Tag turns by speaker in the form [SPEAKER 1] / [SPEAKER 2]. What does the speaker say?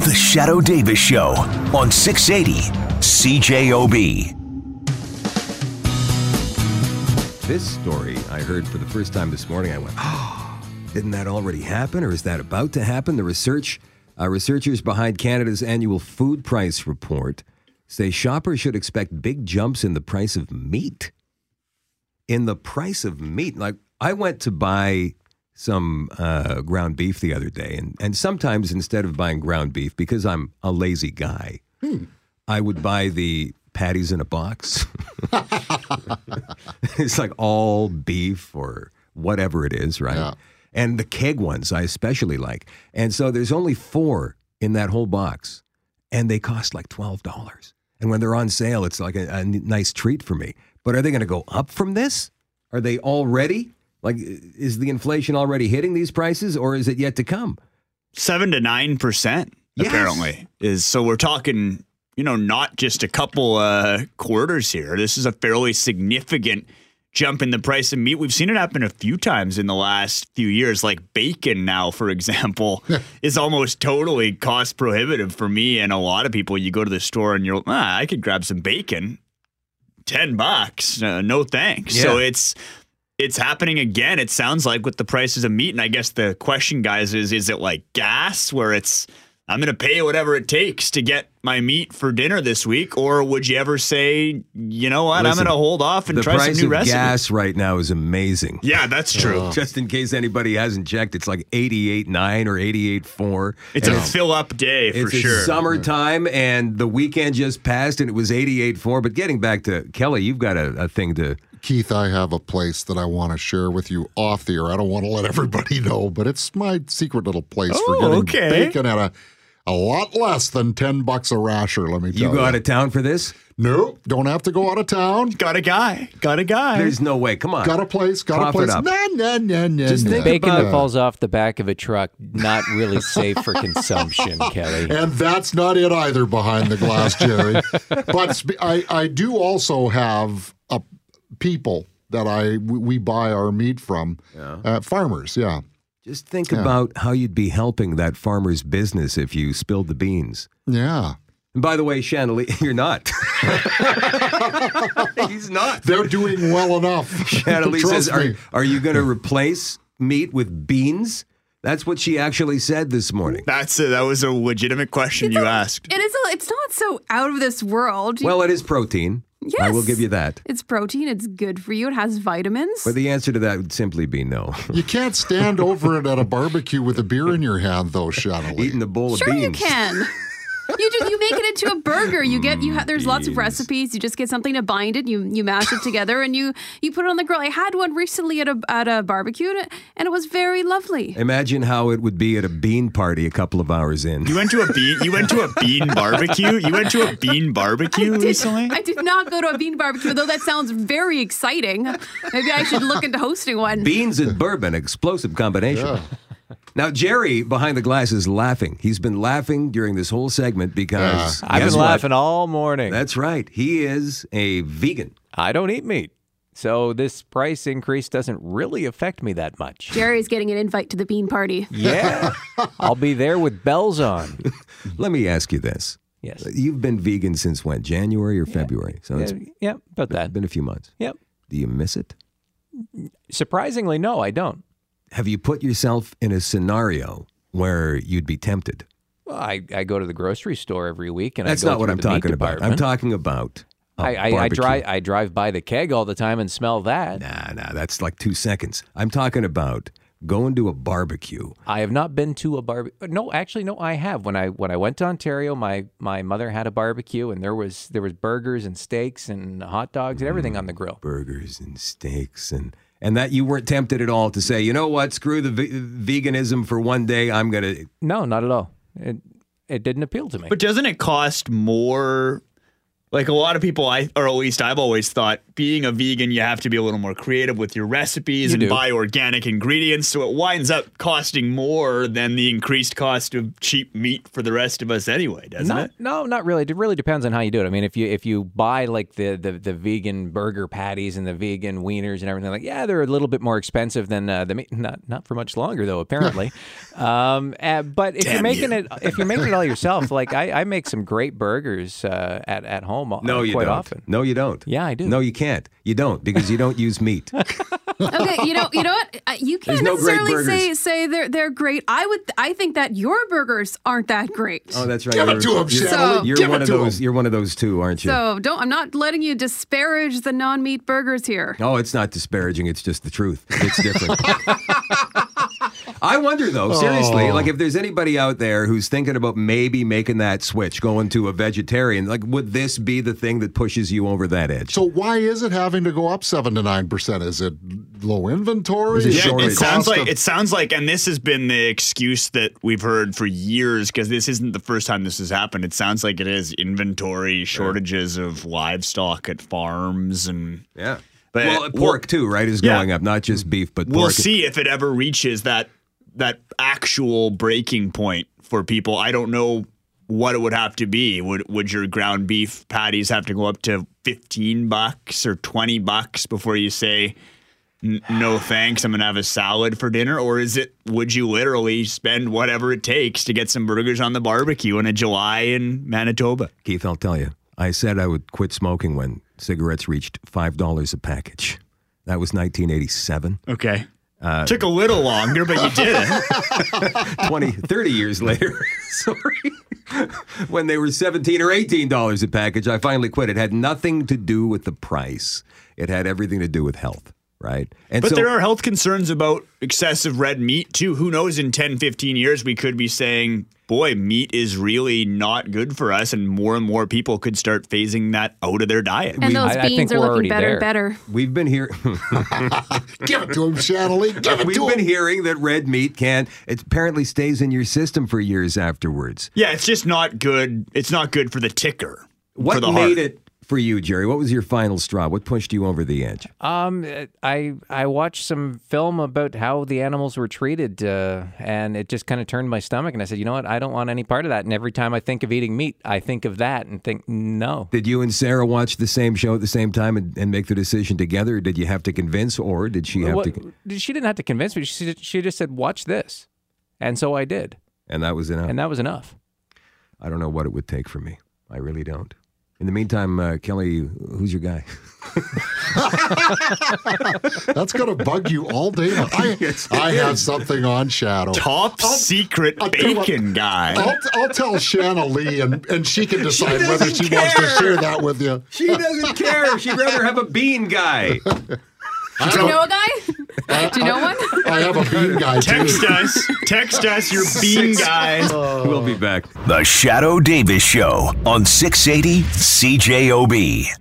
[SPEAKER 1] The Shadow Davis Show on 680 CJOB.
[SPEAKER 2] This story I heard for the first time this morning. I went, oh, didn't that already happen or is that about to happen? The research uh, researchers behind Canada's annual food price report say shoppers should expect big jumps in the price of meat. In the price of meat, like I went to buy some uh, ground beef the other day, and, and sometimes instead of buying ground beef, because I'm a lazy guy, I would buy the patties in a box. it's like all beef or whatever it is, right?
[SPEAKER 3] Yeah.
[SPEAKER 2] And the keg ones I especially like. And so there's only four in that whole box, and they cost like $12. And when they're on sale, it's like a, a n- nice treat for me. But are they going to go up from this? Are they already? Like, is the inflation already hitting these prices or is it yet to come?
[SPEAKER 4] seven to nine percent
[SPEAKER 2] Yes.
[SPEAKER 4] apparently is so we're talking you know not just a couple uh quarters here this is a fairly significant jump in the price of meat we've seen it happen a few times in the last few years like bacon now for example is almost totally cost prohibitive for me and a lot of people you go to the store and you're ah, i could grab some bacon 10 bucks uh, no thanks so
[SPEAKER 2] Yeah.
[SPEAKER 4] it's it's happening again. It sounds like with the prices of meat, and I guess the question, guys, is is it like gas, where it's I'm going to pay whatever it takes to get my meat for dinner this week, or would you ever say, you know what,
[SPEAKER 2] Listen,
[SPEAKER 4] I'm going to hold off and
[SPEAKER 2] the
[SPEAKER 4] try
[SPEAKER 2] price
[SPEAKER 4] some new Oh.
[SPEAKER 2] of
[SPEAKER 4] recipe?
[SPEAKER 2] gas Oh, right now is amazing.
[SPEAKER 4] Yeah, that's true.
[SPEAKER 2] Just in case anybody hasn't checked, it's like 88.9 or 88.4.
[SPEAKER 4] It's
[SPEAKER 2] And
[SPEAKER 4] a fill up day for
[SPEAKER 2] it's
[SPEAKER 4] sure.
[SPEAKER 2] summertime, and the weekend just passed, and it was 88.4. But getting back to Kelly, you've got a, a thing to.
[SPEAKER 3] Keith, I have a place that I want to share with you off the air. I don't want to let everybody know, but it's my secret little place for
[SPEAKER 4] Oh,
[SPEAKER 3] getting
[SPEAKER 4] okay.
[SPEAKER 3] bacon at a, a lot less than 10 bucks a rasher, let me tell you.
[SPEAKER 2] You go out of town for this?
[SPEAKER 3] Nope, don't have to go out of town.
[SPEAKER 4] got a guy. Got a guy.
[SPEAKER 2] There's no way. Come on.
[SPEAKER 3] Got a place, got
[SPEAKER 2] Cough it
[SPEAKER 3] a place.
[SPEAKER 2] up.
[SPEAKER 3] Nah, nah, nah, nah,
[SPEAKER 2] Just
[SPEAKER 3] nah.
[SPEAKER 2] think
[SPEAKER 5] Bacon
[SPEAKER 2] about-
[SPEAKER 5] that falls off the back of a truck, not really safe for consumption, Kelly.
[SPEAKER 3] And that's not it either behind the glass, Jerry. but sp- I, I do also have a people that I we, we buy our meat from, uh, farmers. Yeah,
[SPEAKER 2] Just think about how you'd be helping that farmer's business if you spilled the beans.
[SPEAKER 3] yeah.
[SPEAKER 2] And by the way, Chandelier, you're not. He's not.
[SPEAKER 3] They're doing well enough.
[SPEAKER 2] Natalie
[SPEAKER 3] Trust
[SPEAKER 2] says, are,
[SPEAKER 3] me.
[SPEAKER 2] are you going to replace meat with beans? That's what she actually said this morning.
[SPEAKER 4] that's a, that was a legitimate question you asked.
[SPEAKER 6] It is. A, it's not so out of this world.
[SPEAKER 2] Well, it is protein. I will
[SPEAKER 6] Yes.
[SPEAKER 2] give you that.
[SPEAKER 6] it's protein. It's good for you. It has vitamins.
[SPEAKER 2] But the answer to that would simply be no.
[SPEAKER 3] you can't stand over it at a barbecue with a beer in your hand, though, Chandelier.
[SPEAKER 2] Eating a bowl
[SPEAKER 6] sure,
[SPEAKER 2] of
[SPEAKER 6] you
[SPEAKER 2] beans.
[SPEAKER 6] can. you just you make it into a burger. You get
[SPEAKER 2] Mm,
[SPEAKER 6] you. Ha- there's lots of recipes. You just get something to bind it. You you mash it together and you you put it on the grill. I had one recently at a at a barbecue and it, and it was very lovely.
[SPEAKER 2] Imagine how it would be at a bean party a couple of hours in.
[SPEAKER 4] You went to a bean. You went to a bean barbecue. You went to a bean barbecue
[SPEAKER 6] Did-
[SPEAKER 4] recently.
[SPEAKER 6] I did not go to a bean barbecue, though that sounds very exciting. Maybe I should look into hosting one.
[SPEAKER 2] Beans and bourbon, explosive combination. Now, Jerry behind the glass is laughing. He's been laughing during this whole segment because
[SPEAKER 5] I've
[SPEAKER 2] guess
[SPEAKER 5] been
[SPEAKER 2] what?
[SPEAKER 5] laughing all morning.
[SPEAKER 2] That's right. He is a vegan.
[SPEAKER 5] I don't eat meat. So this price increase doesn't really affect me that much.
[SPEAKER 6] Jerry's getting an invite to the bean party.
[SPEAKER 5] Yeah. I'll be there with bells on.
[SPEAKER 2] Let me ask you this.
[SPEAKER 5] Yes.
[SPEAKER 2] You've been vegan since when? January or February? So
[SPEAKER 5] Yeah,
[SPEAKER 2] it's
[SPEAKER 5] yeah, about that.
[SPEAKER 2] been a few months.
[SPEAKER 5] Yep.
[SPEAKER 2] Do you miss it?
[SPEAKER 5] Surprisingly, no, I don't.
[SPEAKER 2] Have you put yourself in a scenario where you'd be tempted?
[SPEAKER 5] Well, I, I go to the grocery store every week and
[SPEAKER 2] That's
[SPEAKER 5] I go
[SPEAKER 2] not what
[SPEAKER 5] through
[SPEAKER 2] I'm
[SPEAKER 5] the meat
[SPEAKER 2] talking about. I'm
[SPEAKER 5] department.
[SPEAKER 2] talking about. a
[SPEAKER 5] I, I, I
[SPEAKER 2] barbecue.
[SPEAKER 5] drive I drive by the keg all the time and smell that.
[SPEAKER 2] Nah, nah, that's like two seconds. I'm talking about going to a barbecue.
[SPEAKER 5] I have not been to a barbecue. No, actually, no, I have. When I when I went to Ontario, my my mother had a barbecue, and there was there was burgers and steaks and hot dogs and everything on the grill.
[SPEAKER 2] burgers and steaks and and that you weren't tempted at all to say, you know what, screw the ve- veganism for one day. I'm gonna.
[SPEAKER 5] No, not at all. It it didn't appeal to me.
[SPEAKER 4] But doesn't it cost more? Like a lot of people, I or at least I've always thought being a vegan, you have to be a little more creative with your recipes
[SPEAKER 5] You
[SPEAKER 4] and
[SPEAKER 5] do.
[SPEAKER 4] buy organic ingredients. So it winds up costing more than the increased cost of cheap meat for the rest of us anyway, doesn't
[SPEAKER 5] Not,
[SPEAKER 4] it?
[SPEAKER 5] no, not really. It really depends on how you do it. I mean, if you if you buy like the, the the vegan burger patties and the vegan wieners and everything, like yeah, they're a little bit more expensive than uh, the meat. Not not for much longer though, apparently. um, uh, but if you're making it if you're making it all yourself, like I, I make some great burgers uh, at at home. uh,
[SPEAKER 2] No, you
[SPEAKER 5] quite
[SPEAKER 2] don't.
[SPEAKER 5] often.
[SPEAKER 2] No, you don't.
[SPEAKER 5] Yeah, I do.
[SPEAKER 2] No, you can't. You don't because you don't use meat.
[SPEAKER 6] Okay, you know, you know what? Uh, You can't
[SPEAKER 2] no great
[SPEAKER 6] necessarily say
[SPEAKER 2] burgers.
[SPEAKER 6] say they're they're great. I would, I think that your burgers aren't that great.
[SPEAKER 2] Oh, that's right.
[SPEAKER 3] Give
[SPEAKER 2] You're-
[SPEAKER 3] it to 'em,
[SPEAKER 2] you're-
[SPEAKER 3] Shelley.
[SPEAKER 2] You're
[SPEAKER 3] Give
[SPEAKER 2] one
[SPEAKER 3] it
[SPEAKER 2] of
[SPEAKER 3] to 'em.
[SPEAKER 2] those. You're one of those two, aren't you?
[SPEAKER 6] so don't. I'm not letting you disparage the non-meat burgers here.
[SPEAKER 2] Oh, it's not disparaging. It's just the truth. It's different. I wonder though, seriously,
[SPEAKER 3] Oh.
[SPEAKER 2] like if there's anybody out there who's thinking about maybe making that switch, going to a vegetarian, like would this be the thing that pushes you over that edge?
[SPEAKER 3] So why is it having to go up seven to nine percent? Is it low inventory?
[SPEAKER 2] Is it
[SPEAKER 3] Is
[SPEAKER 4] Yeah,
[SPEAKER 2] Sure,
[SPEAKER 4] it
[SPEAKER 2] it
[SPEAKER 3] the
[SPEAKER 4] sounds
[SPEAKER 3] cost
[SPEAKER 4] like
[SPEAKER 3] of-
[SPEAKER 4] it sounds like, and this has been the excuse that we've heard for years because this isn't the first time this has happened. It sounds like it is inventory shortages of livestock at farms, and
[SPEAKER 2] yeah.
[SPEAKER 4] But- uh,
[SPEAKER 2] well, pork too, right, is
[SPEAKER 4] Yeah.
[SPEAKER 2] going up, not just beef, but
[SPEAKER 4] we'll
[SPEAKER 2] pork.
[SPEAKER 4] see if it ever reaches that that actual breaking point for people. I don't know what it would have to be. Would would your ground beef patties have to go up to fifteen bucks or twenty bucks before you say? "N- No thanks. I'm gonna have a salad for dinner, or is it? Would you literally spend whatever it takes to get some burgers on the barbecue in a July in Manitoba?
[SPEAKER 2] Keith, I'll tell you. I said I would quit smoking when cigarettes reached five dollars a package. That was 1987.
[SPEAKER 4] Okay, took a little longer, but you did it.
[SPEAKER 2] 20, 30 years later, sorry, when they were 17 or 18 dollars a package, I finally quit. It had nothing to do with the price. It had everything to do with health, right? And
[SPEAKER 4] But
[SPEAKER 2] so
[SPEAKER 4] there are health concerns about excessive red meat too. Who knows in 10, 15 years we could be saying, boy, meat is really not good for us and more and more people could start phasing that out of their diet.
[SPEAKER 6] And those
[SPEAKER 5] I- I
[SPEAKER 6] beans
[SPEAKER 5] think we're
[SPEAKER 6] are looking
[SPEAKER 5] already
[SPEAKER 6] better
[SPEAKER 5] there.
[SPEAKER 6] and better.
[SPEAKER 2] we've been here
[SPEAKER 3] Give it to him, Channelie. Give it
[SPEAKER 2] we've
[SPEAKER 3] to
[SPEAKER 2] been
[SPEAKER 3] him.
[SPEAKER 2] hearing that red meat can it apparently stays in your system for years afterwards.
[SPEAKER 4] yeah, it's just not good. It's not good for the ticker.
[SPEAKER 2] What
[SPEAKER 4] for the
[SPEAKER 2] made
[SPEAKER 4] heart.
[SPEAKER 2] it for you, Jerry? What was your final straw? What pushed you over the edge?
[SPEAKER 5] Um, uh, I I watched some film about how the animals were treated, uh, and it just kind of turned my stomach. And I said, you know what? I don't want any part of that. And every time I think of eating meat, I think of that and think, no.
[SPEAKER 2] Did you and Sarah watch the same show at the same time and, and make the decision together? Or did you have to convince, or did she have
[SPEAKER 5] What-
[SPEAKER 2] to? con-
[SPEAKER 5] she didn't have to convince me. She she just said, watch this, and so I did,
[SPEAKER 2] And that was enough.
[SPEAKER 5] and that was enough.
[SPEAKER 2] I don't know what it would take for me. I really don't. In the meantime, uh, Kelly, who's your guy?
[SPEAKER 3] That's going to bug you all day. long. I, I have something on Shadow.
[SPEAKER 4] Top secret
[SPEAKER 3] tell you what-
[SPEAKER 4] bacon guy.
[SPEAKER 3] I'll, I'll tell Shanna Lee, and, and she can decide whether she wants to
[SPEAKER 2] care.
[SPEAKER 3] share that with you.
[SPEAKER 2] She doesn't care. She'd rather have a bean guy.
[SPEAKER 6] Do you know a guy? Do you know one?
[SPEAKER 3] I have a bean guy, too.
[SPEAKER 4] Text us. Text us your bean guy.
[SPEAKER 2] We'll be back.
[SPEAKER 1] The Shadow Davis Show on 680 CJOB.